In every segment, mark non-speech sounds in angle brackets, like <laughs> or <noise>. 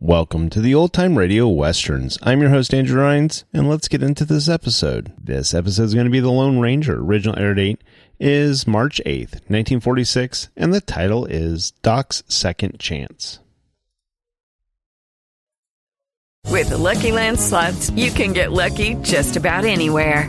Welcome to the Old Time Radio Westerns. I'm your host, Andrew Rhines, and let's get into this episode. This episode is going to be The Lone Ranger. Original air date is March 8th, 1946, and the title is Doc's Second Chance. With the Lucky Land slots, you can get lucky just about anywhere.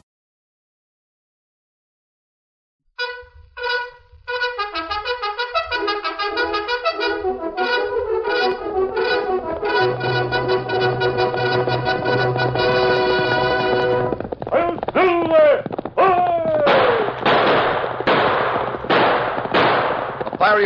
A fiery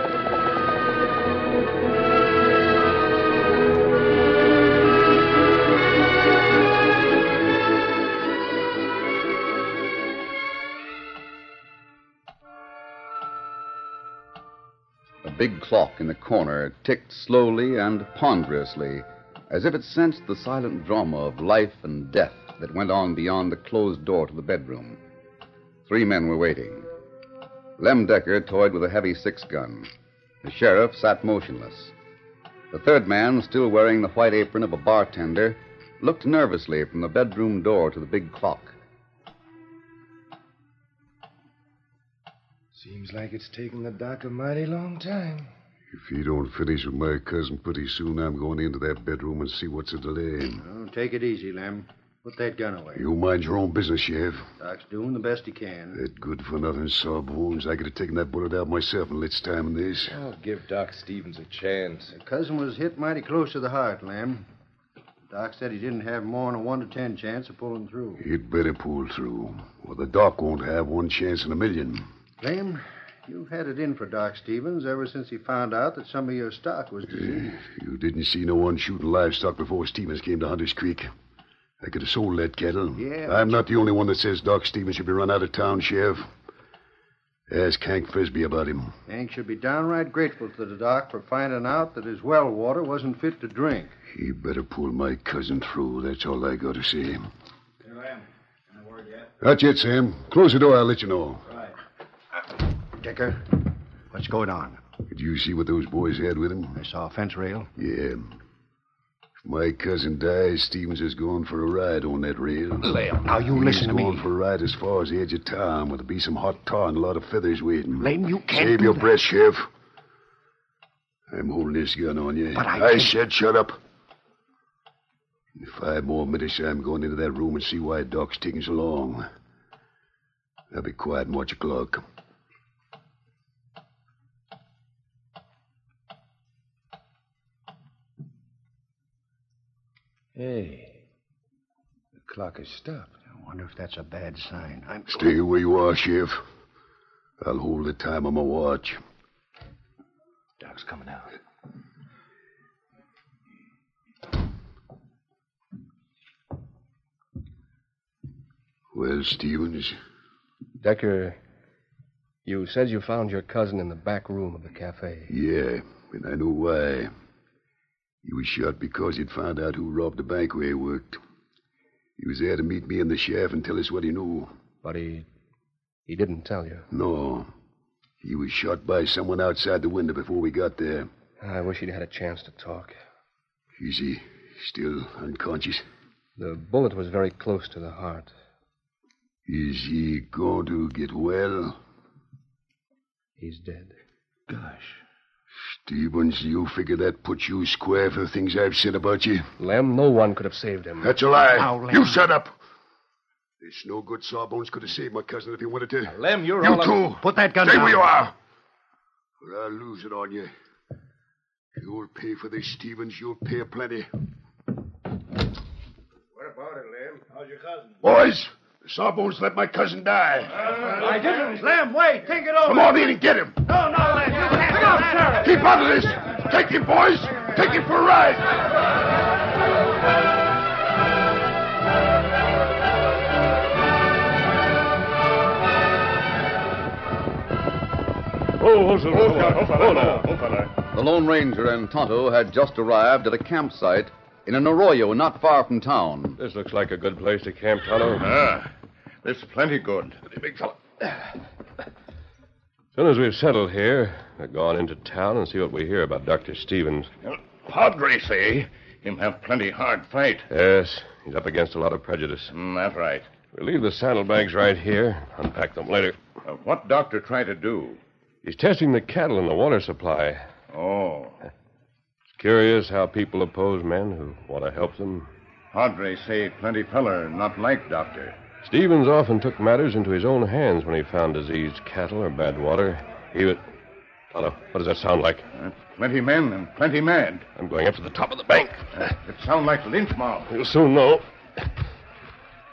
A big clock in the corner ticked slowly and ponderously, as if it sensed the silent drama of life and death that went on beyond the closed door to the bedroom. Three men were waiting. Lem Decker toyed with a heavy six gun. The sheriff sat motionless. The third man, still wearing the white apron of a bartender, looked nervously from the bedroom door to the big clock. Seems like it's taken the doc a mighty long time. If you don't finish with my cousin pretty soon, I'm going into that bedroom and see what's the delay. Oh, take it easy, Lem. Put that gun away. You mind your own business, Sheriff. Doc's doing the best he can. That good for nothing sawbones. I could have taken that bullet out myself in less time than this. I'll give Doc Stevens a chance. Your cousin was hit mighty close to the heart, Lem. Doc said he didn't have more than a 1 to 10 chance of pulling through. He'd better pull through, or the doc won't have one chance in a million. Lem, you've had it in for Doc Stevens ever since he found out that some of your stock was <clears throat> diseased. Eh, You didn't see no one shooting livestock before Stevens came to Hunter's Creek. I could have sold that cattle. Yeah, I'm not the only one that says Doc Stevens should be run out of town, Sheriff. Ask Hank Frisby about him. Hank should be downright grateful to the doc for finding out that his well water wasn't fit to drink. He better pull my cousin through. That's all I got to say. Here, Lem. Any word yet? That's it, Sam. Close the door. I'll let you know. Right. Decker, Uh, what's going on? Did you see what those boys had with him? I saw a fence rail. Yeah. If my cousin dies, Stevens is going for a ride on that rail. Lem, now you He's listen to me. going for a ride as far as the edge of town, where there'll be some hot tar and a lot of feathers waiting. Lem, you can't Save do your that. breath, Sheriff. I'm holding this gun on you. But I can't- said shut up. In five more minutes, I'm going into that room and see why Doc's taking so long. Now be quiet and watch the clock. Hey, the clock has stopped. I wonder if that's a bad sign. I'm Stay where you are, Sheriff. I'll hold the time on my watch. Doc's coming out. Well, Stevens, Decker, you said you found your cousin in the back room of the cafe. yeah, and I know why. He was shot because he'd found out who robbed the bank where he worked. He was there to meet me and the sheriff and tell us what he knew. But he. he didn't tell you. No, he was shot by someone outside the window before we got there. I wish he'd had a chance to talk. Is he still unconscious? The bullet was very close to the heart. Is he going to get well? He's dead. Gosh. Stevens, you figure that puts you square for the things I've said about you? Lem, no one could have saved him. That's a lie. Now, Lem- You shut up. There's no good sawbones could have saved my cousin if he wanted to. Lem, you're you all. too. Put that gun Stay down. where you are. Or I'll lose it on you. You'll pay for this, Stevens. You'll pay plenty. What about it, Lem? How's your cousin? Boys, the sawbones let my cousin die. I didn't. Lem, wait. Think it over. Come on in and get him. No, no, Lem. Look out, Sheriff. Keep out of this. Take him, boys. Take him for a ride. Oh, The Lone Ranger and Tonto had just arrived at a campsite in an arroyo not far from town. This looks like a good place to camp, Tonto. Ah, that's plenty good. As soon as we've settled here, we're going into town and see what we hear about Dr. Stevens. Well, Padre say him have plenty hard fight. Yes, he's up against a lot of prejudice. Mm, that right. We'll leave the saddlebags right here, unpack them later. Uh, what doctor try to do? He's testing the cattle and the water supply. Oh, Curious how people oppose men who want to help them. Padre say plenty feller not like doctor. Stevens often took matters into his own hands when he found diseased cattle or bad water. Even. Tonto, what does that sound like? Uh, plenty men and plenty mad. I'm going up to the top of the bank. Uh, It sound like lynch mob. You'll soon know.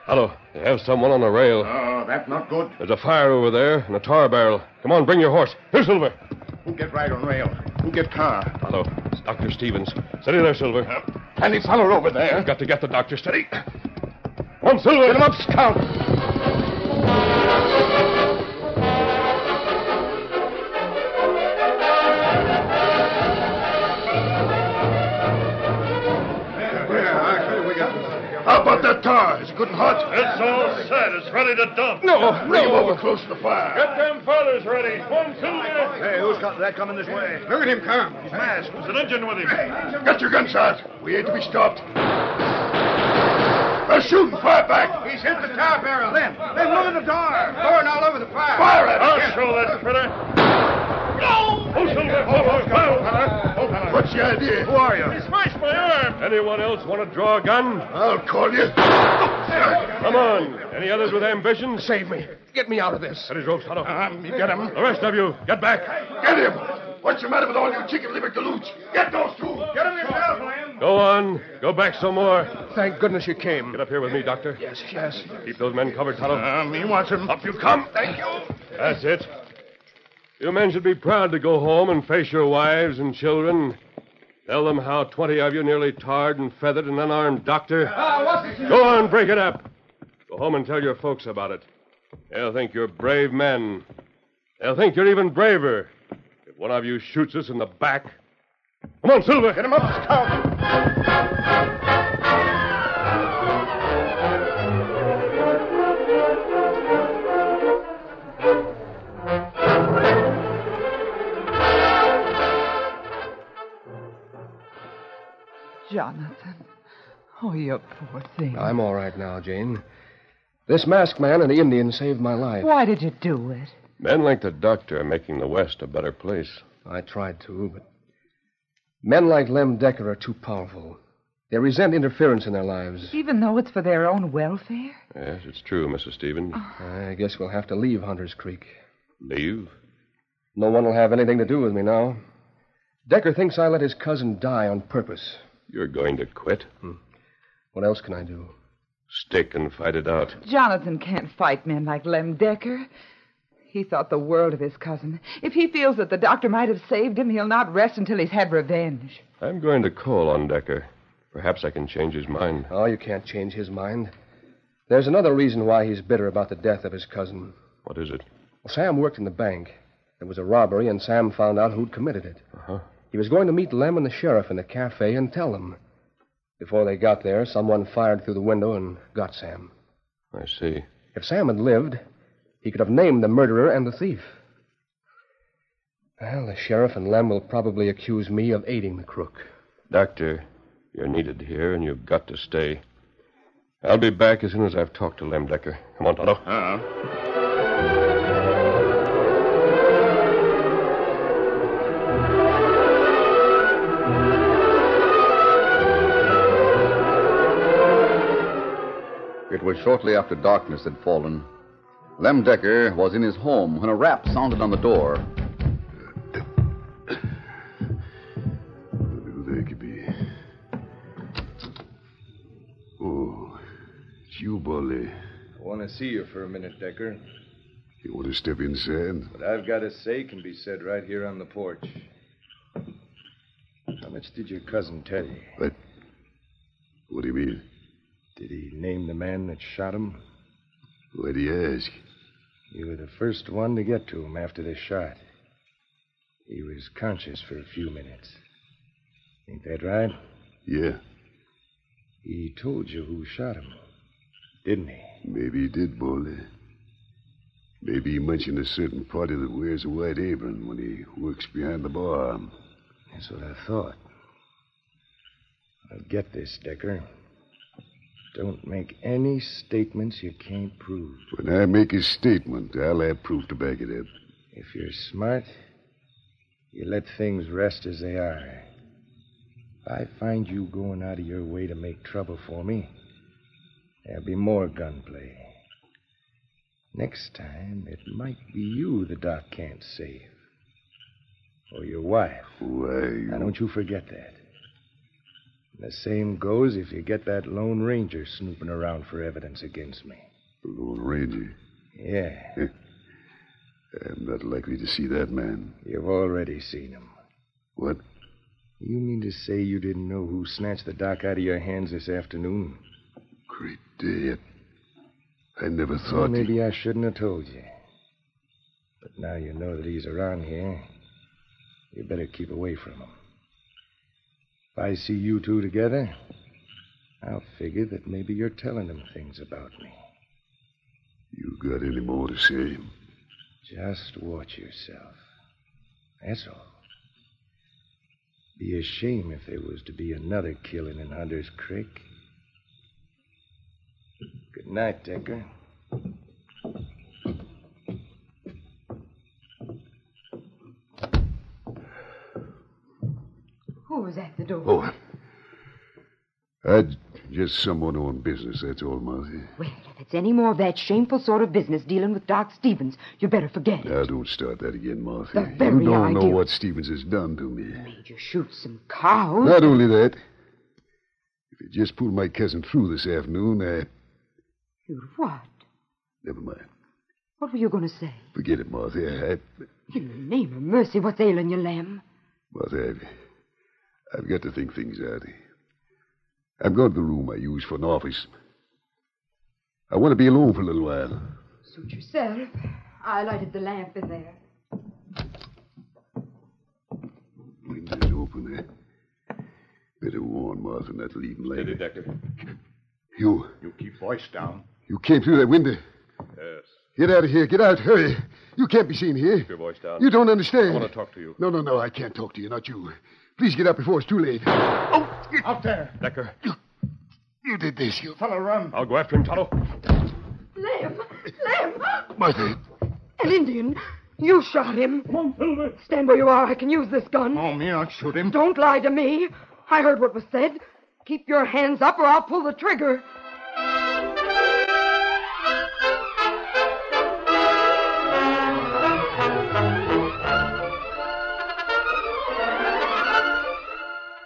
Tonto, they have someone on the rail. Oh, that not good. There's a fire over there and a tar barrel. Come on, bring your horse. Here, Silver. Who get right on rail? Who get car? Hello, it's Dr. Stevens. Steady there, Silver. Uh, Plenty feller over there. I've got to get the doctor steady. Come on, Silver. Get him up, scout. Yeah, actually, we got How about that tar? Is it good and hot? It's all set. It's ready to dump. No, Bring him over close to the fire. Get them feathers ready. One, two, three. Hey, who's got that coming this way? Look at him come. He's masked. There's an engine with him. Got your guns out. We ain't to be stopped. They're shooting. Fire back. He's hit the tar barrel. Lem, Lem, look at the door. Pouring all over the fire. Fire at him. I'll show that critter. No! Who's over there? What's the idea? Who are you? He smashed my arm. Anyone else want to draw a gun? I'll call you. Come on. Any others with ambition? Save me. Get me out of this. Cut his ropes, Tonto. Um, you get him. The rest of you, get back. Get him. What's the matter with all you chicken liver galooch? Get those two. Get him yourself, Lem. Go on. Go back some more. Thank goodness you came. Get up here with me, Doctor. Yes, yes. Keep those men covered, Tonto. Um, he wants him. Up you come. Thank you. That's it. You men should be proud to go home and face your wives and children. Tell them how 20 of you nearly tarred and feathered an unarmed doctor. Ah, Go on, break it up. Go home and tell your folks about it. They'll think you're brave men. They'll think you're even braver if one of you shoots us in the back. Come on, Silver. Hit him up, Scout. Jonathan. Oh, you poor thing. I'm all right now, Jane. This masked man and the Indian saved my life. Why did you do it? Men like the doctor are making the West a better place. I tried to, but men like Lem Decker are too powerful. They resent interference in their lives. Even though it's for their own welfare? Yes, it's true, Mrs. Stevens. I guess we'll have to leave Hunter's Creek. Leave? No one will have anything to do with me now. Decker thinks I let his cousin die on purpose. You're going to quit? Hmm. What else can I do? Stick and fight it out. Jonathan can't fight men like Lem Decker. He thought the world of his cousin. If he feels that the doctor might have saved him, he'll not rest until he's had revenge. I'm going to call on Decker. Perhaps I can change his mind. Oh, you can't change his mind. There's another reason why he's bitter about the death of his cousin. What is it? Well, Sam worked in the bank. There was a robbery, and Sam found out who'd committed it. Uh-huh. He was going to meet Lem and the sheriff in the cafe and tell them. Before they got there, someone fired through the window and got Sam. I see. If Sam had lived, he could have named the murderer and the thief. Well, the sheriff and Lem will probably accuse me of aiding the crook. Doctor, you're needed here, and you've got to stay. I'll be back as soon as I've talked to Lem Decker. Come on, Toto. Uh-huh. It was shortly after darkness had fallen. Lem Decker was in his home when a rap sounded on the door. Wonder Who they could be. Oh, it's you, Bully. I want to see you for a minute, Decker. You want to step inside? What I've got to say can be said right here on the porch. How much did your cousin tell you? What? What do you mean? Did he name the man that shot him? Why'd he ask? You were the first one to get to him after the shot. He was conscious for a few minutes. Ain't that right? Yeah, He told you who shot him, didn't he? maybe he did, Baldy. Maybe he mentioned a certain party that wears a white apron when he works behind the bar. That's what I thought. Now get this, Decker. Don't make any statements you can't prove. When I make a statement, I'll have proof to back it up. If you're smart, you let things rest as they are. If I find you going out of your way to make trouble for me, there'll be more gunplay. Next time, it might be you the doc can't save. Or your wife. Why? Now, don't you forget that. The same goes if you get that Lone Ranger snooping around for evidence against me. The Lone Ranger. <laughs> Yeah, I'm not likely to see that man. you've already seen him. What? You mean to say you didn't know who snatched the doc out of your hands this afternoon? Great day. I never Well, thought. maybe I shouldn't have told you. But now you know that he's around here. You better keep away from him. If I see you two together, I'll figure that maybe you're telling them things about me. You got any more to say? Just watch yourself. That's all. Be a shame if there was to be another killing in Hunter's Creek. Good night, Decker. Who was at the door? Oh, I just someone on business, that's all, Marthy. If it's any more of that shameful sort of business dealing with Doc Stevens, you better forget it. Now, don't start that again, Marthy. The very you don't know idea. what Stevens has done to me. You shoot some cows. Not only that, if he just pulled my cousin through this afternoon, I. You what? Never mind. What were you going to say? Forget it, Marthy. I, In the name of mercy, what's ailing you, lamb? Marthy, I've, I've got to think things out. I'm going to the room I use for an office. I want to be alone for a little while. Suit yourself. I lighted the lamp in there. Window's open. eh? Better warn Martha not to leave him Lady late. Decker, You, you keep voice down. you came through that window. Yes. Get out of here. Get out. Hurry. You can't be seen here. Keep your voice down. You don't understand. I want to talk to you. No, no, no. I can't talk to you. Not you. Please get up before it's too late. Out there. Decker. You did this. You fellow run. I'll go after him, Tonto. Lamb! Lamb! Martha. An Indian! You shot him! Stand where you are. I can use this gun. Oh, me, I'll shoot him. Don't lie to me. I heard what was said. Keep your hands up or I'll pull the trigger.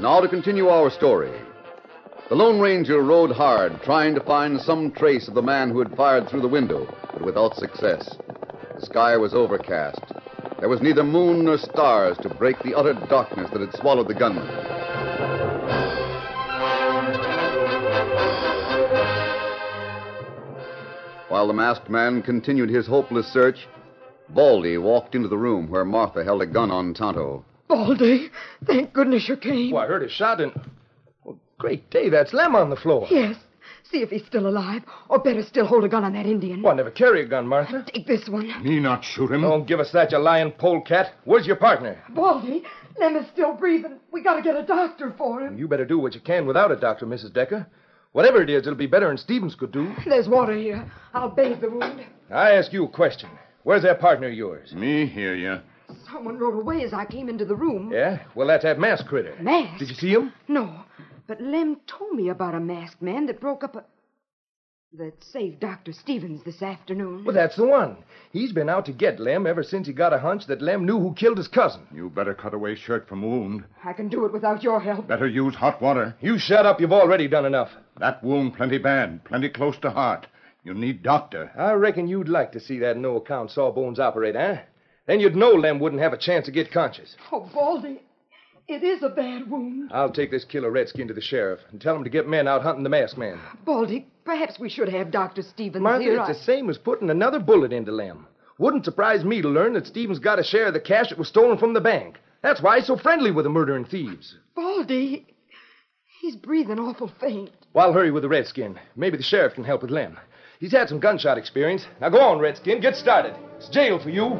Now to continue our story. The Lone Ranger rode hard, trying to find some trace of the man who had fired through the window, but without success. The sky was overcast. There was neither moon nor stars to break the utter darkness that had swallowed the gunman. While the masked man continued his hopeless search, Baldy walked into the room where Martha held a gun on Tonto. Baldy, thank goodness you came. Well, Oh, I heard a shot and. Well, great day, that's Lem on the Oh. floor. Yes. See if he's still alive, or better still, hold a gun on that Indian. Well, I never carry a gun, Martha. Take this one. Me not shoot him. Don't give us that, you lying polecat. Where's your partner? Baldy, Lem is still breathing. We gotta get a doctor for him. You better do what you can without a doctor, Mrs. Decker. Whatever it is, it'll be better than Stevens could do. There's water here. I'll bathe the wound. I ask you a question. Where's that partner of yours? Me hear you. Someone rode away as I came into the room. Yeah? Well, that's that masked critter. Masked? Did you see him? No, but Lem told me about a masked man that broke up a. that saved Dr. Stevens this afternoon. Well, that's the one. He's been out to get Lem ever since he got a hunch that Lem knew who killed his cousin. You better cut away shirt from wound. I can do it without your help. Better use hot water. You shut up. You've already done enough. That wound plenty bad, plenty close to heart. You need doctor. I reckon you'd like to see that no account Sawbones operate, eh? Then you'd know Lem wouldn't have a chance to get conscious. Oh, Baldy, it is a bad wound. I'll take this killer redskin to the sheriff and tell him to get men out hunting the masked man. Baldy, perhaps we should have Dr. Stevens Martha, here. it's I- the same as putting another bullet into Lem. Wouldn't surprise me to learn that Stevens got a share of the cash that was stolen from the bank. That's why he's so friendly with the murdering thieves. Baldy, he's breathing awful faint. Well, I'll hurry with the redskin. Maybe the sheriff can help with Lem. He's had some gunshot experience. Now go on, Redskin. Get started. It's jail for you.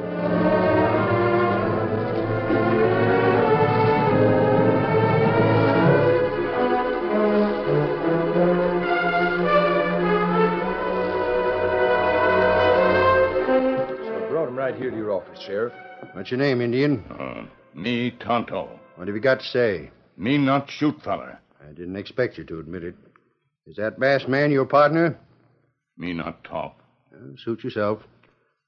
I brought him right here to your office, Sheriff. What's your name, Indian? Uh, me, Tonto. What have you got to say? Me not shoot feller. I didn't expect you to admit it. Is that bass man your partner? Me not talk. Uh, suit yourself.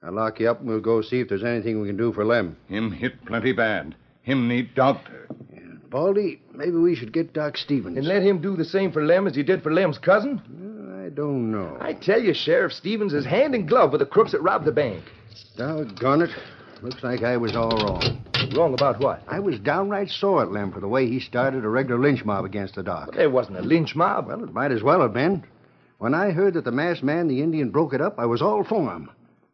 I'll lock you up and we'll go see if there's anything we can do for Lem. Him hit plenty bad. Him need doctor. Baldy, maybe we should get Doc Stevens. And let him do the same for Lem as he did for Lem's cousin? Uh, I don't know. I tell you, Sheriff Stevens is hand in glove with the crooks that robbed the bank. Doggone it. Looks like I was all wrong. Wrong about what? I was downright sore at Lem for the way he started a regular lynch mob against the doc. There wasn't a lynch mob. Well, it might as well have been. When I heard that the masked man, the Indian, broke it up, I was all for him.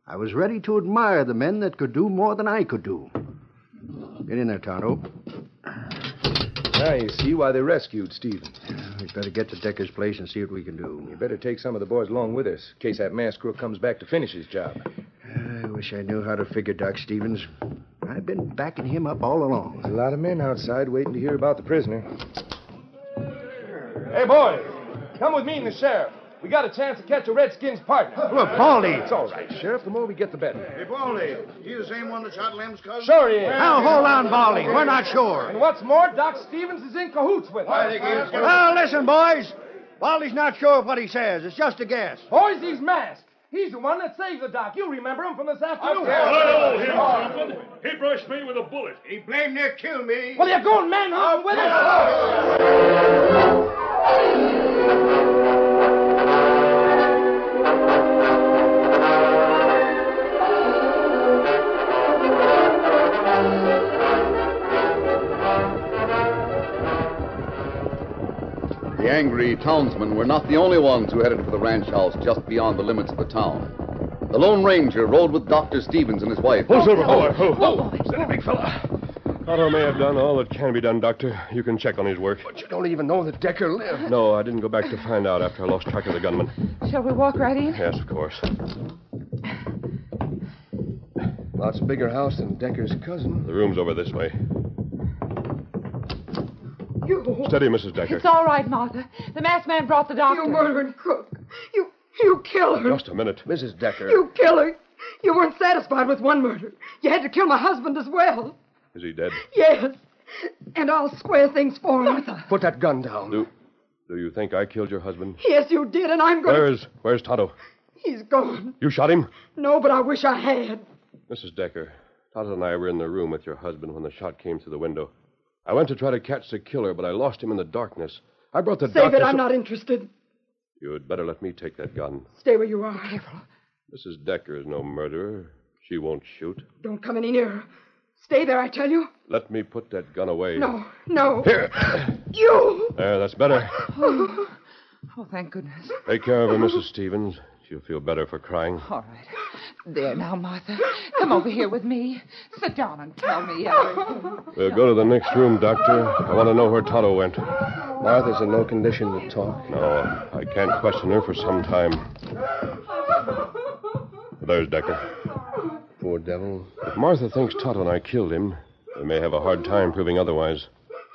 I was ready to admire the men that could do more than I could do. Get in there, Tonto. Now you see why they rescued Stevens. We'd better get to Decker's place and see what we can do. You better take some of the boys along with us, in case that masked crook comes back to finish his job. I wish I knew how to figure Doc Stevens. I've been backing him up all along. There's a lot of men outside waiting to hear about the prisoner. Hey, boys, come with me and the sheriff. We got a chance to catch a Redskins partner. Look, Baldy. It's all right, Sheriff. The more we get, the better. Hey, Baldy, you the same one that shot Lem's cousin? Sure he is. Now, hold on, Baldy. We're not sure. And what's more, Doc Stevens is in cahoots with us. I think he is. Now, listen, boys. Baldy's not sure of what he says. It's just a guess. Boys, he's masked. He's the one that saved the doc. You remember him from this afternoon. Hello, him, Jonathan. He brushed me with a bullet. He blamed near kill me. Well, you're going manhunting with him. The angry townsmen were not the only ones who headed for the ranch house just beyond the limits of the town. The Lone Ranger rode with Dr. Stevens and his wife. Who's over? Oh, oh, oh. Steady, big fella. Otto may have done all that can be done, Doctor. You can check on his work. But you don't even know that Decker lived. No, I didn't go back to find out after I lost track of the gunman. Shall we walk right in? Yes, of course. Lots bigger house than Decker's cousin. The room's over this way. You. Steady, Mrs. Decker. It's all right, Martha. The masked man brought the doctor. You murdering crook. You. You killed her. Just a minute. Mrs. Decker. You killed her. You weren't satisfied with one murder. You had to kill my husband as well. Is he dead? Yes. And I'll square things for him. Martha. Put that gun down. Do, do you think I killed your husband? Yes, you did, and I'm going. Where is where's Tonto? He's gone. You shot him? No, but I wish I had. Mrs. Decker, Tonto and I were in the room with your husband when the shot came through the window. I went to try to catch the killer, but I lost him in the darkness. I brought the Save doctor. it. I'm so- not interested. You had better let me take that gun. Stay where you are. Careful. Mrs. Decker is no murderer. She won't shoot. Don't come any nearer. Stay there, I tell you. Let me put that gun away. No, no. Here. You! There, that's better. Oh, thank goodness. Take care of her, Mrs. Stevens. She'll feel better for crying. All right. There now, Martha. Come over here with me. Sit down and tell me everything. We'll Uh, go to the next room, Doctor. I want to know where Tonto went. Martha's in no condition to talk. No, I can't question her for some time. There's Decker. Poor devil. If Martha thinks Tonto and I killed him, we may have a hard time proving otherwise.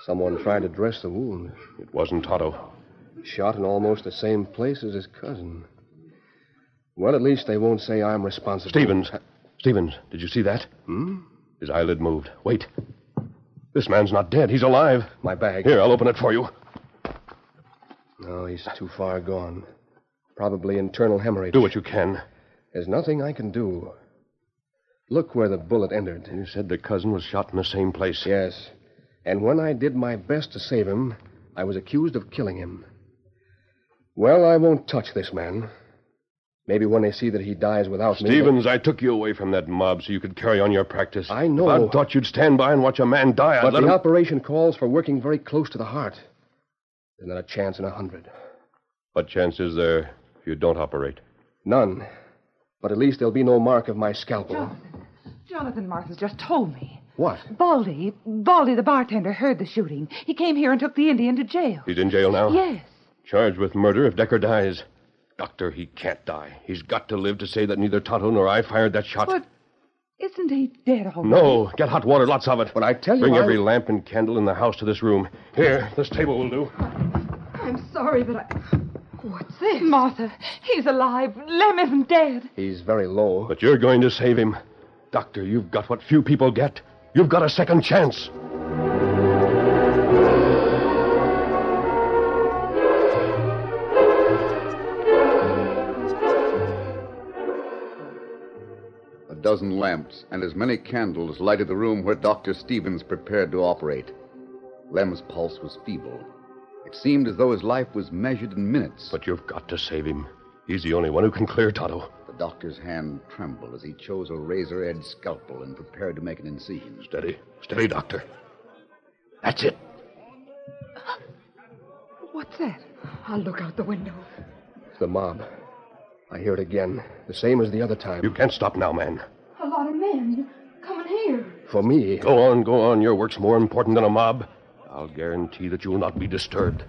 Someone tried to dress the wound. It wasn't Tonto. Shot in almost the same place as his cousin. Well, at least they won't say I'm responsible. Stevens. Stevens, did you see that? Hmm? His eyelid moved. Wait. This man's not dead. He's alive. My bag. Here, I'll open it for you. No, he's too far gone. Probably internal hemorrhage. Do what you can. There's nothing I can do. Look where the bullet entered. You said the cousin was shot in the same place. Yes. And when I did my best to save him, I was accused of killing him. Well, I won't touch this man. Maybe when they see that he dies without me. they- Stevens, I took you away from that mob so you could carry on your practice. I know. If I thought you'd stand by and watch a man die, I'd But let the him... operation calls for working very close to the heart. There's not a chance in a hundred. What chance is there if you don't operate? None. But at least there'll be no mark of my scalpel. Jonathan Martha's just told me. What? Baldy, Baldy the bartender heard the shooting. He came here and took the Indian to jail. Oh. He's in jail now? Yes. Charged with murder if Decker dies. Doctor, he can't die. He's got to live to say that neither Tonto nor I fired that shot. But isn't he dead already? No, get hot water, lots of it. But I tell you, Bring I- every lamp and candle in the house to this room. Here, this table will do. I'm sorry, but I. What's this? Martha, he's alive. Lem isn't dead. He's very low. But you're going to save him. Doctor, you've got what few people get. You've got a second chance. A dozen lamps and as many candles lighted the room where Dr. Stevens prepared to operate. Lem's pulse was feeble. It seemed as though his life was measured in minutes. But you've got to save him. He's the only one who can clear Tonto. The doctor's hand trembled as he chose a razor edged scalpel and prepared to make an incision. Steady, steady, Doctor. That's it. What's that? I'll look out the window. It's the mob. I hear it again, the same as the other time. You can't stop now, man. A lot of men coming here. For me. Go on, go on. Your work's more important than a mob. I'll guarantee that you will not be disturbed.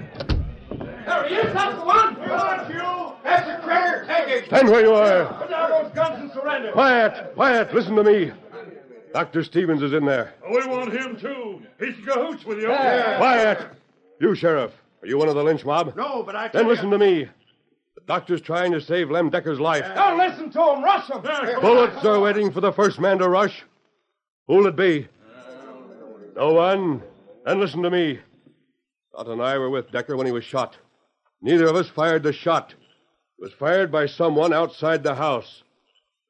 Harry, yes, that's the one. That's you. That's the critter. Take it. Stand where you are. Put down those guns and surrender. Quiet, quiet. Listen to me. Dr. Stevens is in there. We want him too. He's in cahoots with you. Quiet. You, Sheriff. Are you one of the lynch mob? No, but I. Then listen to me. The doctor's trying to save Lem Decker's life. Don't listen to him. Rush him. Bullets are waiting for the first man to rush. Who'll it be? No one? Then listen to me. Dot and I were with Decker when he was shot. Neither of us fired the shot. It was fired by someone outside the house.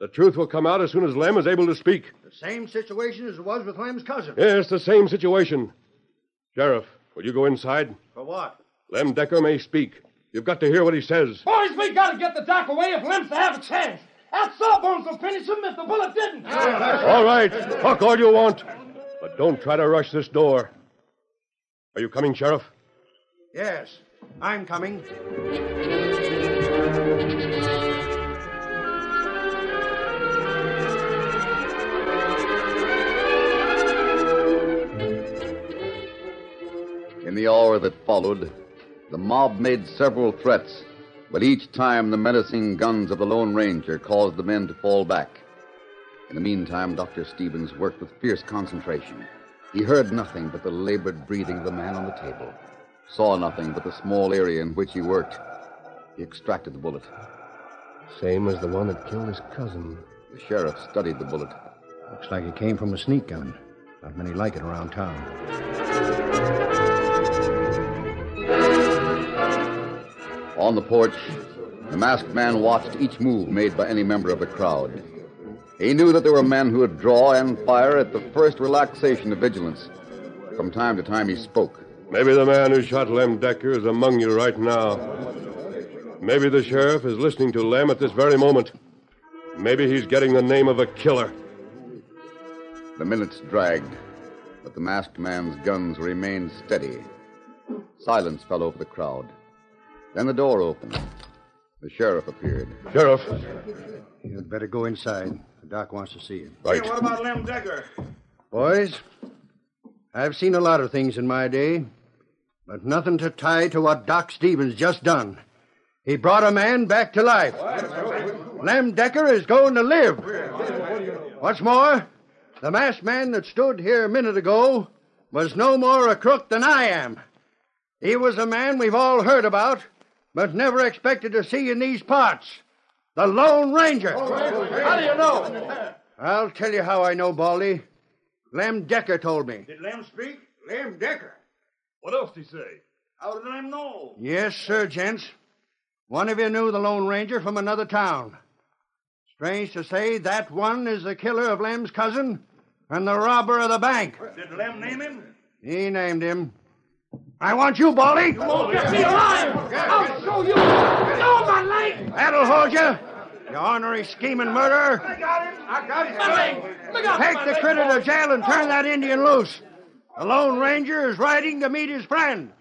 The truth will come out as soon as Lem is able to speak. The same situation as it was with Lem's cousin. Yes, the same situation. Sheriff, will you go inside? For what? Lem Decker may speak. You've got to hear what he says. Boys, we gotta get the doc away if Lim's to have a chance. That sawbones will finish him if the bullet didn't. All right, talk all you want, but don't try to rush this door. Are you coming, Sheriff? Yes, I'm coming. In the hour that followed, the mob made several threats, but each time the menacing guns of the Lone Ranger caused the men to fall back. In the meantime, Dr. Stevens worked with fierce concentration. He heard nothing but the labored breathing of the man on the table, saw nothing but the small area in which he worked. He extracted the bullet. Same as the one that killed his cousin. The sheriff studied the bullet. Looks like it came from a sneak gun. Not many like it around town. On the porch, the masked man watched each move made by any member of the crowd. He knew that there were men who would draw and fire at the first relaxation of vigilance. From time to time, he spoke. Maybe the man who shot Lem Decker is among you right now. Maybe the sheriff is listening to Lem at this very moment. Maybe he's getting the name of a killer. The minutes dragged, but the masked man's guns remained steady. Silence fell over the crowd. Then the door opened. The sheriff appeared. Sheriff. You'd better go inside. The doc wants to see you. Hey, what about Lem Decker? Boys, I've seen a lot of things in my day, but nothing to tie to what Doc Stevens just done. He brought a man back to life. Lem Decker is going to live. What's more, the masked man that stood here a minute ago was no more a crook than I am. He was a man we've all heard about, but never expected to see in these parts. The Lone Ranger. How do you know? I'll tell you how I know, Baldy. Lem Decker told me. Did Lem speak? Lem Decker. What else did he say? How did Lem know? Yes, sir, gents. One of you knew the Lone Ranger from another town. Strange to say, that one is the killer of Lem's cousin and the robber of the bank. Did Lem name him? He named him. I want you, Baldy. Get me alive! I'll show you! No, my leg! That'll hold you. You ornery scheming murderer. I got him! I got him! My leg! Look out! Take the critter to jail and turn that Indian loose. The Lone Ranger is riding to meet his friend.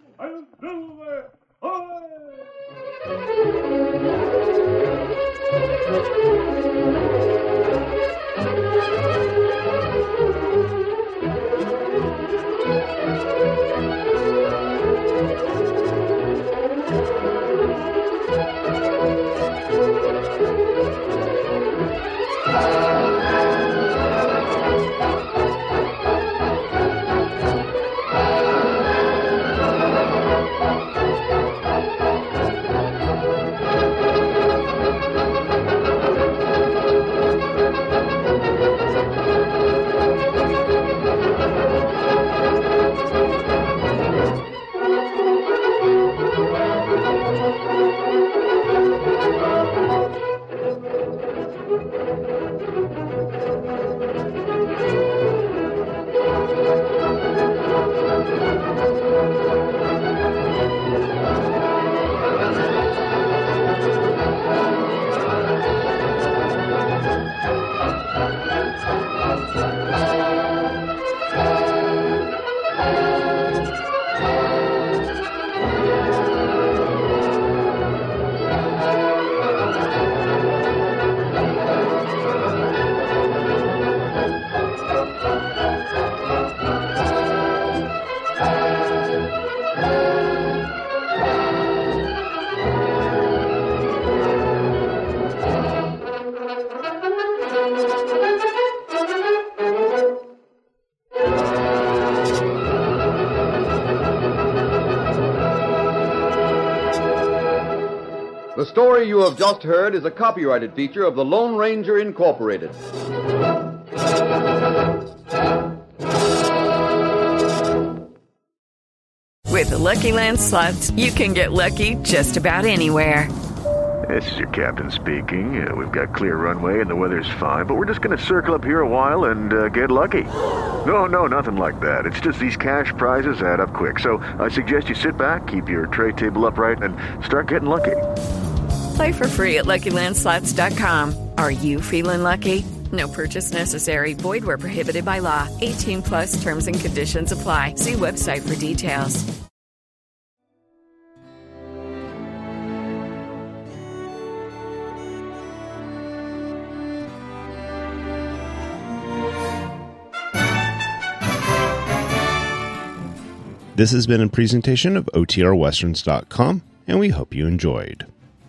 <laughs> The story you have just heard is a copyrighted feature of the Lone Ranger Incorporated. With the Lucky Land slots, you can get lucky just about anywhere. This is your captain speaking. Uh, we've got clear runway and the weather's fine, but we're just going to circle up here a while and uh, get lucky. No, no, nothing like that. It's just these cash prizes add up quick. So I suggest you sit back, keep your tray table upright, and start getting lucky. Play for free at LuckyLandSlots.com. Are you feeling lucky? No purchase necessary. Void where prohibited by law. 18 plus terms and conditions apply. See website for details. This has been a presentation of OTRWesterns.com, and we hope you enjoyed.